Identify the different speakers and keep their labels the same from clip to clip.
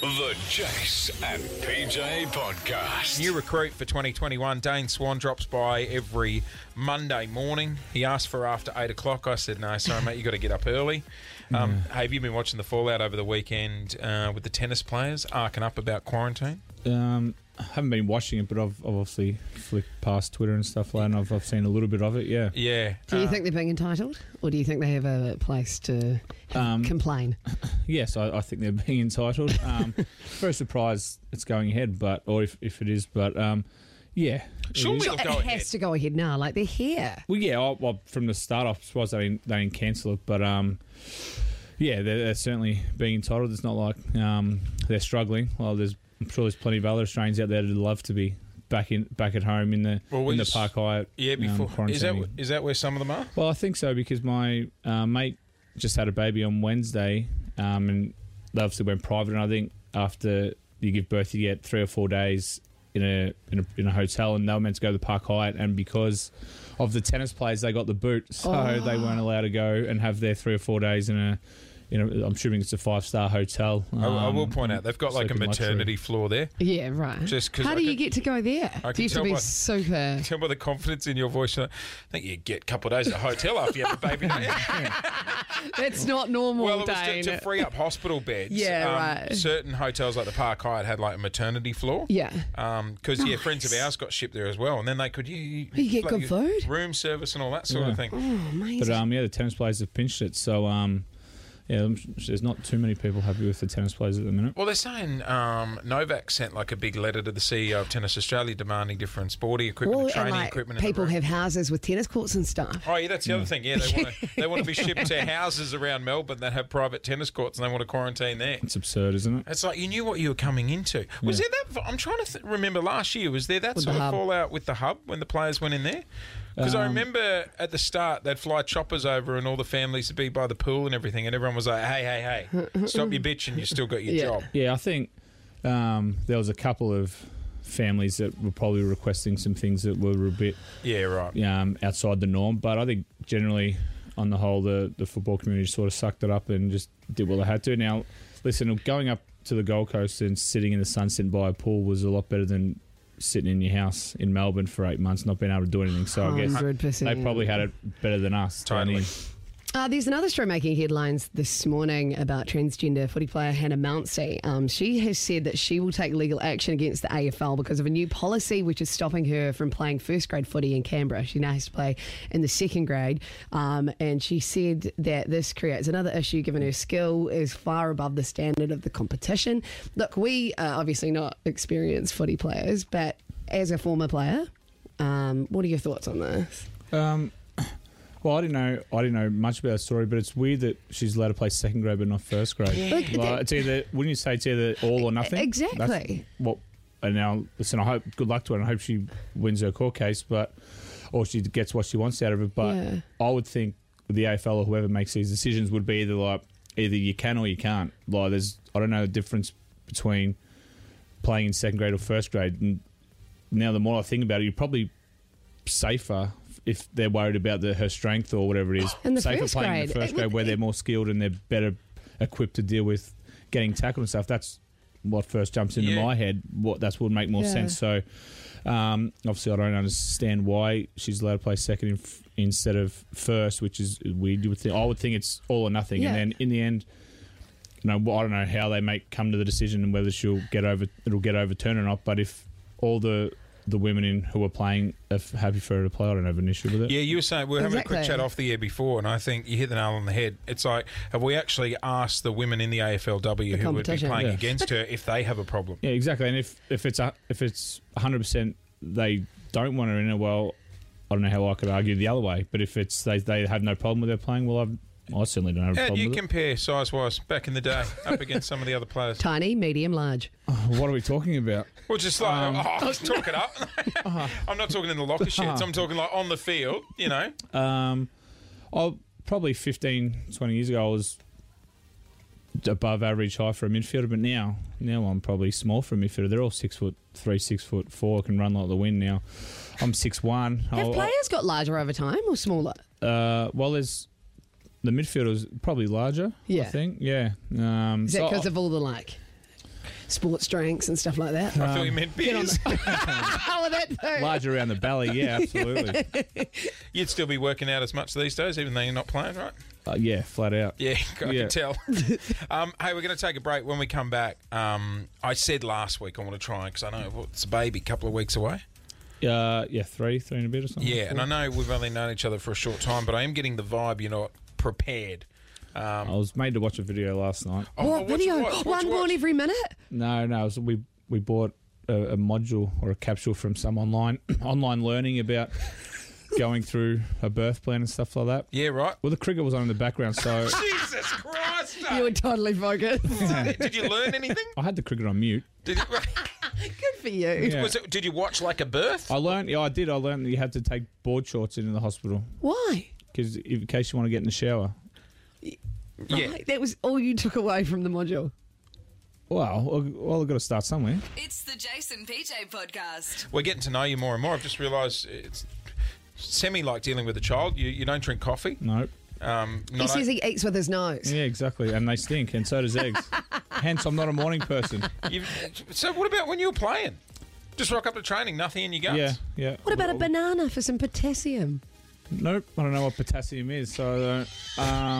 Speaker 1: The Jace and PJ Podcast.
Speaker 2: New recruit for 2021, Dane Swan, drops by every Monday morning. He asked for after 8 o'clock. I said, no, sorry, mate, you got to get up early. Um,
Speaker 3: Mm.
Speaker 2: Hey, have you been watching the fallout over the weekend uh, with the tennis players arcing up about quarantine?
Speaker 3: Um, I haven't been watching it, but I've, I've obviously flicked past Twitter and stuff like that, and I've, I've seen a little bit of it, yeah.
Speaker 2: Yeah. Uh,
Speaker 4: Do you think they're being entitled, or do you think they have a place to
Speaker 3: Um,
Speaker 4: complain?
Speaker 3: Yes, I, I think they're being entitled. Um, very surprised it's going ahead, but or if, if it is, but um, yeah. it
Speaker 2: Surely
Speaker 3: is.
Speaker 2: it'll
Speaker 4: It
Speaker 2: go
Speaker 4: has
Speaker 2: ahead.
Speaker 4: to go ahead now. Like they're here.
Speaker 3: Well, yeah, I, well, from the start, I suppose they didn't, they didn't cancel it, but um, yeah, they're, they're certainly being entitled. It's not like um, they're struggling. Well, there's I'm sure there's plenty of other Australians out there that'd love to be back in back at home in the
Speaker 2: Well, we
Speaker 3: in the
Speaker 2: just-
Speaker 3: park hyatt.
Speaker 2: Yeah,
Speaker 3: um,
Speaker 2: before. is, that,
Speaker 3: quarantining.
Speaker 2: is that where some of them are?
Speaker 3: Well, I think so because my uh, mate just had a baby on Wednesday, um, and they obviously went private. And I think after you give birth, you get three or four days in a in a, in a hotel, and they were meant to go to the Park Hyatt, and because of the tennis players, they got the boot, so
Speaker 4: Oh.
Speaker 3: they weren't allowed to go and have their three or four days in a. You know, I'm assuming it's a five star hotel.
Speaker 2: I, I will
Speaker 3: um,
Speaker 2: point out, they've got like a
Speaker 3: sleeping luxury.
Speaker 2: maternity floor there.
Speaker 4: Yeah, right.
Speaker 2: Just 'cause
Speaker 4: how
Speaker 2: I
Speaker 4: do you
Speaker 2: could-
Speaker 4: get to go there?
Speaker 2: I
Speaker 4: do you
Speaker 2: could
Speaker 4: have to
Speaker 2: tell
Speaker 4: be
Speaker 2: by-
Speaker 4: super?
Speaker 2: Tell by the confidence in your voice. I think you get a couple of days at a hotel after you have a baby. don't you?
Speaker 4: That's not normal,
Speaker 2: Well, it was to,
Speaker 4: Dane.
Speaker 2: to free up hospital beds. um,
Speaker 4: Yeah, right.
Speaker 2: Certain hotels like the Park Hyatt had like a maternity floor.
Speaker 4: Yeah.
Speaker 2: Uh, Because yeah, friends of ours got shipped there as well, and then they could you,
Speaker 4: You get good food?
Speaker 2: room service, and all that sort of
Speaker 3: Yeah.
Speaker 2: thing.
Speaker 4: oh, amazing.
Speaker 3: But um, yeah, the tennis players have pinched it. So um, yeah, I'm s- there's not too many people happy with the tennis players at the minute.
Speaker 2: Well, they're saying um, Novak sent like a big letter to the CEO of Tennis Australia demanding different sporty equipment,
Speaker 4: well,
Speaker 2: and training
Speaker 4: and like
Speaker 2: equipment. in the
Speaker 4: people
Speaker 2: room.
Speaker 4: have houses with tennis courts and stuff.
Speaker 2: Oh yeah, that's the other thing. Yeah, they want to they want to be shipped to houses around Melbourne that have private tennis courts, and they want to quarantine there.
Speaker 3: It's absurd, isn't it?
Speaker 2: It's like you knew what you were coming into. Was there that? I'm trying to th- remember last year. Was there that
Speaker 4: With
Speaker 2: sort
Speaker 4: the
Speaker 2: of
Speaker 4: hub. Um,
Speaker 2: fallout with the hub when the players went in there? Because I remember at the start they'd fly choppers over and all the families would be by the pool and everything, and everyone was like, "Hey, hey, hey, stop your bitching! You still got your
Speaker 4: Yeah.
Speaker 2: job."
Speaker 3: Yeah, I think um, there was a couple of families that were probably requesting some things that were a bit
Speaker 2: Yeah, right.
Speaker 3: um, outside the norm. But I think generally, on the whole, the, the football community sort of sucked it up and just did what they had to. Now, listen, going up to the Gold Coast and sitting in the sunset by a pool was a lot better than sitting in your house in Melbourne for eight months not being able to do anything. So
Speaker 4: Oh,
Speaker 3: I guess
Speaker 4: 100%.
Speaker 3: they probably had it better than us. down
Speaker 2: Totally.
Speaker 3: here.
Speaker 4: Uh, there's another story making headlines this morning about transgender footy player Hannah Mouncey. Um, she has said that she will take legal action against the AFL because of a new policy which is stopping her from playing first grade footy in Canberra. She now has to play in the second grade. Um, and she said that this creates another issue given her skill is far above the standard of the competition. Look, we are obviously not experienced footy players, but as a former player, um, what are your thoughts on this?
Speaker 3: Um, well, I didn't know. I didn't know much about the story, but it's weird that she's allowed to play second grade but not first grade.
Speaker 4: Look,
Speaker 3: Well,
Speaker 4: that-
Speaker 3: it's either wouldn't you say it's either all or nothing?
Speaker 4: Exactly.
Speaker 3: That's what. And now, listen. I hope good luck to her, and I hope she wins her court case, but or she gets what she wants out of it. But
Speaker 4: Yeah.
Speaker 3: I would think the AFL or whoever makes these decisions would be either like either you can or you can't. Like there's, I don't know the difference between playing in second grade or first grade. And now, the more I think about it, you're probably safer if they're worried about the, her strength or whatever it is.
Speaker 4: In the
Speaker 3: safer
Speaker 4: first
Speaker 3: playing in the
Speaker 4: grade,
Speaker 3: first
Speaker 4: it
Speaker 3: grade
Speaker 4: would-
Speaker 3: where they're more skilled and they're better equipped to deal with getting tackled and stuff. That's what first jumps into
Speaker 2: Yeah.
Speaker 3: my head. What that's what would make more
Speaker 4: Yeah.
Speaker 3: sense. So um, obviously, I don't understand why she's allowed to play second in f- instead of first, which is weird. You would think, I would think it's all or nothing,
Speaker 4: Yeah.
Speaker 3: and then in the end. You know, well, I don't know how they make come to the decision and whether she'll get over it'll get overturned or not. But if all the the women in who are playing are f- happy for her to play, I don't have an issue with it.
Speaker 2: Yeah, you were saying we were having a quick
Speaker 4: Exactly.
Speaker 2: chat off the air before, and I think you hit the nail on the head. It's like, have we actually asked the women in the AFLW who would be
Speaker 4: competition.
Speaker 2: playing
Speaker 3: Yeah.
Speaker 2: against her if they have a problem?
Speaker 3: Yeah, exactly. And if if it's a, if it's hundred percent they don't want her in it, well, I don't know how I could argue the other way. But if it's they they have no problem with her playing, well, I've, I certainly don't have a
Speaker 2: How do
Speaker 3: problem
Speaker 2: you
Speaker 3: with
Speaker 2: compare size wise back in the day up against some of the other players?
Speaker 4: Tiny, medium, large.
Speaker 3: it. What are we talking about?
Speaker 2: Well, just like,
Speaker 3: Um,
Speaker 2: oh, just talk it up.
Speaker 3: Uh-huh.
Speaker 2: I'm not talking in the locker sheds. I'm talking like on the field, you know.
Speaker 3: Um, I probably 15, 20 years ago, I was above average high for a midfielder, but now now I'm probably small for a midfielder. They're all six foot three, six foot four, can run like the wind. Now I'm six one.
Speaker 4: Have players got larger over time or smaller?
Speaker 3: Uh, well, there's the midfielder's probably larger.
Speaker 4: Yeah.
Speaker 3: I think. Yeah. Um,
Speaker 4: Is
Speaker 3: so
Speaker 4: that because
Speaker 3: I-
Speaker 4: of all the like sports drinks and stuff like that.
Speaker 2: I
Speaker 3: Um,
Speaker 2: thought you meant beers.
Speaker 4: All of it. too.
Speaker 3: Large around the belly, yeah, absolutely.
Speaker 2: You'd still be working out as much these days, even though you're not playing, right?
Speaker 3: Uh, yeah, flat out.
Speaker 2: Yeah, I
Speaker 3: Yeah.
Speaker 2: can tell. um, hey, we're going to take a break. When we come back, um, I said last week I want to try because I know well, it's a baby, couple of weeks away.
Speaker 3: Uh, yeah, three, three and a bit or something.
Speaker 2: Yeah, and I know we've only known each other for a short time, but I am getting the vibe you're not prepared.
Speaker 3: I was made to watch a video last night.
Speaker 2: Oh,
Speaker 4: what
Speaker 2: what'd you
Speaker 4: video?
Speaker 2: watch? What'd
Speaker 4: One
Speaker 2: you
Speaker 4: born
Speaker 2: watch?
Speaker 4: every minute.
Speaker 3: No, no, it was, we we bought a, a module or a capsule from some online online learning about going through a birth plan and stuff like that.
Speaker 2: Yeah, right.
Speaker 3: Well, the cricket was on in the background, so
Speaker 2: Jesus Christ!
Speaker 4: You were totally focused.
Speaker 2: Did you learn anything?
Speaker 3: I had the cricket on mute.
Speaker 2: Did you,
Speaker 4: Good for you.
Speaker 3: Yeah.
Speaker 2: was it, did you watch like a birth?
Speaker 3: I learned, yeah, I did. I learned that you had to take board shorts into the hospital
Speaker 4: Why?
Speaker 3: because in case you want to get in the shower.
Speaker 2: Yeah.
Speaker 4: Right, That was all you took away from the module.
Speaker 3: Well, well, I've got to start somewhere.
Speaker 5: It's the Jason PJ podcast.
Speaker 2: We're getting to know you more and more. I've just realised it's semi like dealing with a child. You, you don't drink coffee.
Speaker 3: Nope.
Speaker 2: Um,
Speaker 4: He
Speaker 2: not
Speaker 4: says he eats with his nose.
Speaker 3: Yeah, exactly. And they stink, and so does eggs. Hence, I'm not a morning person.
Speaker 2: you so what about when you were playing? Just rock up to training, nothing in your guts.
Speaker 3: Yeah, yeah.
Speaker 4: What about a banana for some potassium?
Speaker 3: Nope, I don't know what potassium is, so I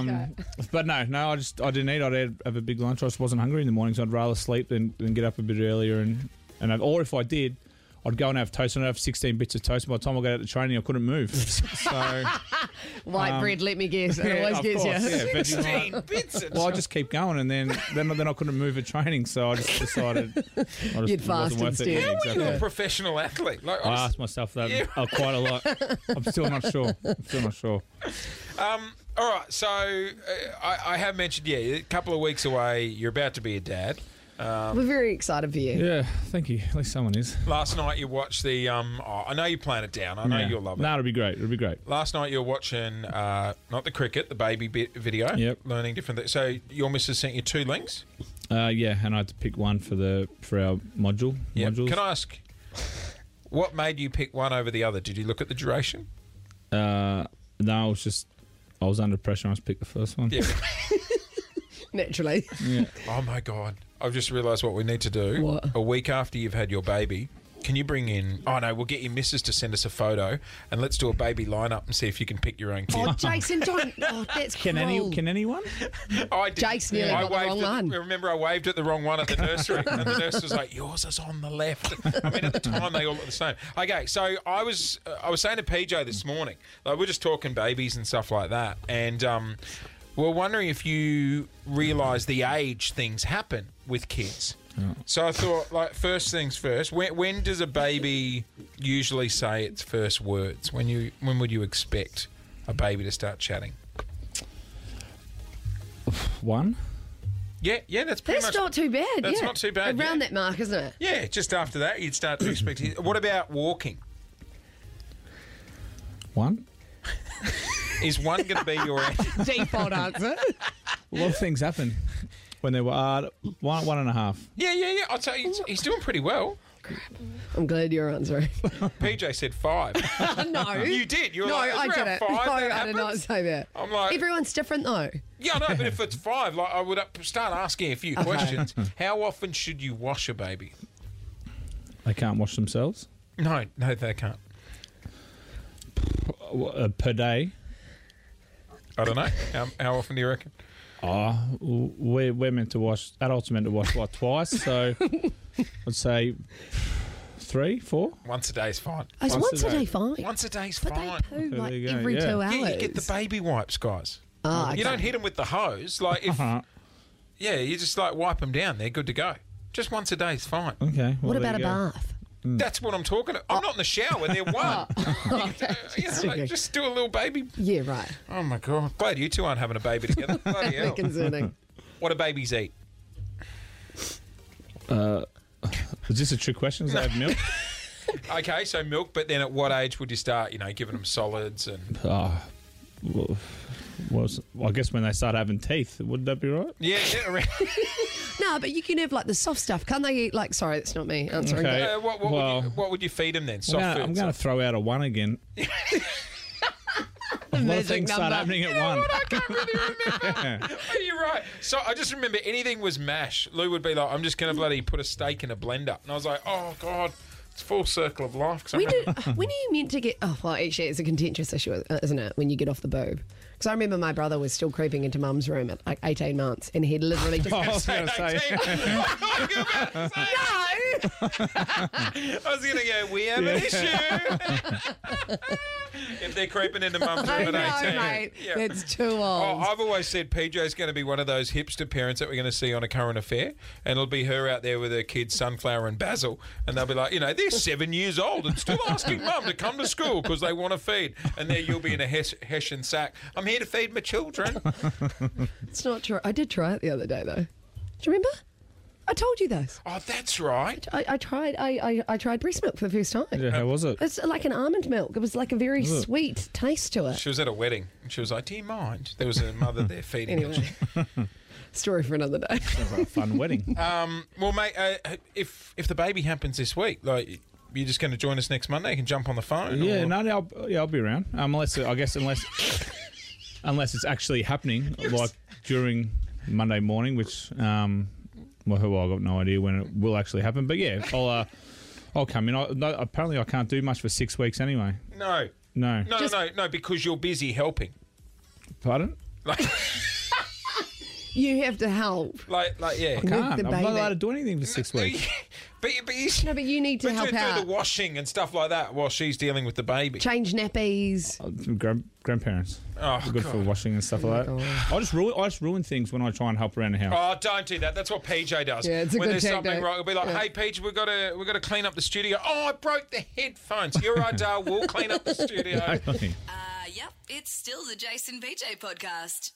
Speaker 3: don't. Um, but no, no, I just I didn't eat. I'd had- have a big lunch. I just wasn't hungry in the morning, so I'd rather sleep than, than get up a bit earlier and and have, or if I did, I'd go and have toast and I'd have sixteen bits of toast. By the time I got out to training, I couldn't move. So
Speaker 4: White bread, let me guess. It always
Speaker 3: of
Speaker 4: gets
Speaker 3: course,
Speaker 4: you.
Speaker 3: Um, yeah, veggie night.
Speaker 2: 16 bits of
Speaker 3: Well, I just keep going, and then then then I couldn't move at training, so I just decided I just, it
Speaker 4: You'd
Speaker 3: wasn't
Speaker 4: fast
Speaker 3: worth it.
Speaker 4: instead.
Speaker 3: Yeah,
Speaker 4: How are
Speaker 2: You're a
Speaker 3: exactly.
Speaker 2: professional athlete. Like,
Speaker 3: I
Speaker 2: I
Speaker 3: asked myself that
Speaker 2: Yeah.
Speaker 3: uh, quite a lot. I'm still not sure. I'm still not sure.
Speaker 2: all right, so uh, I, I have mentioned, yeah, a couple of weeks away, you're about to be a dad.
Speaker 4: We're very excited for you.
Speaker 3: Yeah, thank you. At least someone is.
Speaker 2: Last night you watched the, um, oh, I know you're playing it down. I know
Speaker 3: Yeah.
Speaker 2: you'll love it.
Speaker 3: No, it'll be great. It'll be great.
Speaker 2: Last night you were watching, uh, not the cricket, the baby bit video.
Speaker 3: Yep.
Speaker 2: Learning different things. So your missus sent you two links.
Speaker 3: Uh, yeah, and I had to pick one for the for our module.
Speaker 2: Yep.
Speaker 3: Modules.
Speaker 2: Can I ask, what made you pick one over the other? Did you look at the duration?
Speaker 3: Uh, no, I was just I was under pressure. I just picked the first one.
Speaker 2: Yeah.
Speaker 4: Naturally.
Speaker 2: Oh my god! I've just realised what we need to do.
Speaker 4: What?
Speaker 2: A week after you've had your baby, can you bring in? Oh no, we'll get your missus to send us a photo, and let's do a baby lineup and see if you can pick your own
Speaker 4: Oh,
Speaker 2: kid.
Speaker 4: Jason, don't. Oh, that's
Speaker 3: Can any
Speaker 4: cruel.
Speaker 3: can anyone?
Speaker 2: I did.
Speaker 4: Jake's nearly got the
Speaker 2: waved
Speaker 4: wrong
Speaker 2: at
Speaker 4: one.
Speaker 2: Remember, I waved at the wrong one at the nursery, and the nurse was like, "Yours is on the left." I mean, at the time they all looked the same. Okay, so I was uh, I was saying to PJ this morning, like we're just talking babies and stuff like that, and um, we're wondering if you realise the age things happen with kids. So I thought, like, first things first. When, when does a baby usually say its first words? When you when would you expect a baby to start chatting?
Speaker 3: One.
Speaker 2: Yeah, yeah, that's pretty
Speaker 4: That's
Speaker 2: much.
Speaker 4: not too bad.
Speaker 2: That's
Speaker 4: yeah.
Speaker 2: not too bad,
Speaker 4: Around
Speaker 2: yeah.
Speaker 4: that mark, isn't it?
Speaker 2: Yeah, just after that, you'd start to expect. it. What about walking?
Speaker 3: One.
Speaker 2: Is one going to be your answer?
Speaker 4: Default answer.
Speaker 3: A lot of things happen when they were uh, one one and a half.
Speaker 2: Yeah, yeah, yeah. I'll tell you, he's- he's doing pretty well.
Speaker 4: I'm glad you're answering.
Speaker 2: PJ said five.
Speaker 4: no.
Speaker 2: You did. You were
Speaker 4: no,
Speaker 2: like,
Speaker 4: I
Speaker 2: "It's
Speaker 4: did
Speaker 2: around
Speaker 4: it.
Speaker 2: five
Speaker 4: no, I
Speaker 2: that
Speaker 4: did not
Speaker 2: happens." Oh
Speaker 4: say that.
Speaker 2: I'm like-
Speaker 4: Everyone's different, though.
Speaker 2: yeah, I know, but if it's five, like I would up- start asking a few questions. How often should you wash a baby?
Speaker 3: They can't wash themselves
Speaker 2: No, no, they can't.
Speaker 3: uh, uh, per day.
Speaker 2: I don't know. How, how often do you reckon?
Speaker 3: Oh, w- we're we're meant to wash. Adults are meant to wash what twice. So I'd say three, four.
Speaker 2: Once a day is fine.
Speaker 4: I was
Speaker 3: Once
Speaker 4: once
Speaker 3: a
Speaker 4: a
Speaker 3: day.
Speaker 4: day fine.
Speaker 2: Once a day's
Speaker 4: But
Speaker 2: fine.
Speaker 4: they poo
Speaker 3: there
Speaker 4: like
Speaker 3: you go,
Speaker 4: every
Speaker 3: yeah.
Speaker 4: two hours.
Speaker 2: Yeah, you get the baby wipes, guys.
Speaker 4: Ah,
Speaker 2: You
Speaker 4: okay.
Speaker 2: don't hit them with the hose. Like if
Speaker 3: Uh-huh.
Speaker 2: yeah, you just like wipe them down. They're good to go. Just once a day is fine.
Speaker 3: Okay. well,
Speaker 4: What
Speaker 3: there
Speaker 4: about a
Speaker 3: you go.
Speaker 4: bath?
Speaker 2: That's what I'm talking about. I'm not in the shower. They're one.
Speaker 4: Oh,
Speaker 2: You know, Oh. like, just do a little baby.
Speaker 4: Yeah, right.
Speaker 2: Oh my god! Glad you two aren't having a baby together. Bloody
Speaker 4: They're
Speaker 2: hell.
Speaker 4: concerning.
Speaker 2: What do babies eat?
Speaker 3: Is this a trick question? Does that have milk?
Speaker 2: Okay, so milk. But then, at what age would you start? You know, giving them solids and
Speaker 3: Oh, well, was, well, I guess when they start having teeth, wouldn't that be right?
Speaker 2: yeah, yeah, around-
Speaker 4: no, but you can have like the soft stuff. Can't they eat like? Sorry, that's not me answering.
Speaker 3: Okay.
Speaker 2: uh, what, what, would
Speaker 3: Well-
Speaker 2: you, what would you feed them then? Soft
Speaker 3: I'm gonna- I'm
Speaker 2: foods.
Speaker 3: going to throw out a one again.
Speaker 4: the
Speaker 3: A lot
Speaker 4: magic
Speaker 3: of things
Speaker 4: number.
Speaker 3: start happening at one.
Speaker 2: Are you right? So I just remember anything was mash. Lou would be like, "I'm just gonna bloody put a steak in a blender," and I was like, "Oh God, it's full circle of life." 'Cause I
Speaker 4: When,
Speaker 2: remember-
Speaker 4: did, when are you meant to get? Oh, well, actually, it's a contentious issue, uh, isn't it? When you get off the boob, because I remember my brother was still creeping into mum's room at like eighteen months, and he'd literally.
Speaker 3: Oh, I was
Speaker 2: Say
Speaker 3: going to say.
Speaker 2: 18.
Speaker 4: No,
Speaker 2: I was gonna go. We have an issue. if they're creeping into mum's
Speaker 4: I
Speaker 2: room at
Speaker 4: know,
Speaker 2: eighteen,
Speaker 4: mate.
Speaker 2: Yeah.
Speaker 4: That's too old.
Speaker 2: Oh, I've always said PJ's going to be one of those hipster parents that we're going to see on a current affair, and it'll be her out there with her kids, Sunflower and Basil, and they'll be like, you know, they're seven years old and still asking mum to come to school because they want to feed, and there you'll be in a Hes- Hessian sack. I'm here to feed my children.
Speaker 4: It's not true. I did try it the other day though. Do you remember? I told you this.
Speaker 2: Oh, that's right.
Speaker 4: I, I tried. I, I, I tried breast milk for the first time.
Speaker 3: Yeah, how was it?
Speaker 4: It's like an almond milk. It was like a very
Speaker 3: it?
Speaker 4: sweet taste to it.
Speaker 2: She was at a wedding, and she was like, "Do you mind?" There was a mother there feeding. her.
Speaker 4: Anyway, story for another day.
Speaker 3: Sounds like a fun wedding.
Speaker 2: Well, mate, uh, if if the baby happens this week, like. You're just going to join us next Monday. You can jump on the phone.
Speaker 3: yeah,
Speaker 2: or-
Speaker 3: no, no, I'll, yeah, I'll be around. Um, unless I guess unless unless it's actually happening, like during Monday morning, which um, well, well, I've got no idea when it will actually happen. But yeah, I'll uh, I'll come in. I, no, apparently, I can't do much for six weeks anyway.
Speaker 2: No.
Speaker 3: No,
Speaker 2: No,
Speaker 4: Just-
Speaker 2: no, no, no, because you're busy helping.
Speaker 3: pardon.
Speaker 4: you have to help.
Speaker 2: Like, like, yeah.
Speaker 4: With
Speaker 3: Can't.
Speaker 4: the
Speaker 3: I'm not
Speaker 4: baby.
Speaker 3: allowed to do anything for six
Speaker 2: No,
Speaker 3: weeks.
Speaker 2: you- but you- but you
Speaker 4: No, but you need to
Speaker 2: but
Speaker 4: help
Speaker 2: do, do
Speaker 4: out.
Speaker 2: the washing and stuff like that while she's dealing with the baby.
Speaker 4: Change nappies.
Speaker 3: Uh, Grand, grandparents.
Speaker 2: Oh,
Speaker 3: They're good for
Speaker 2: God.
Speaker 3: washing and stuff like
Speaker 4: God.
Speaker 3: that. I just ruin I just ruin things when I try and help around the house.
Speaker 2: Oh, don't do that. That's what PJ does.
Speaker 4: Yeah, it's a
Speaker 2: when
Speaker 4: good
Speaker 2: there's something
Speaker 4: tactic.
Speaker 2: wrong, it'll be like, "Hey, PJ, we got to we got to clean up the studio." Oh, I broke the headphones. You're right, Dale. We'll clean up the studio.
Speaker 5: Uh, yep, it's still the Jason PJ podcast.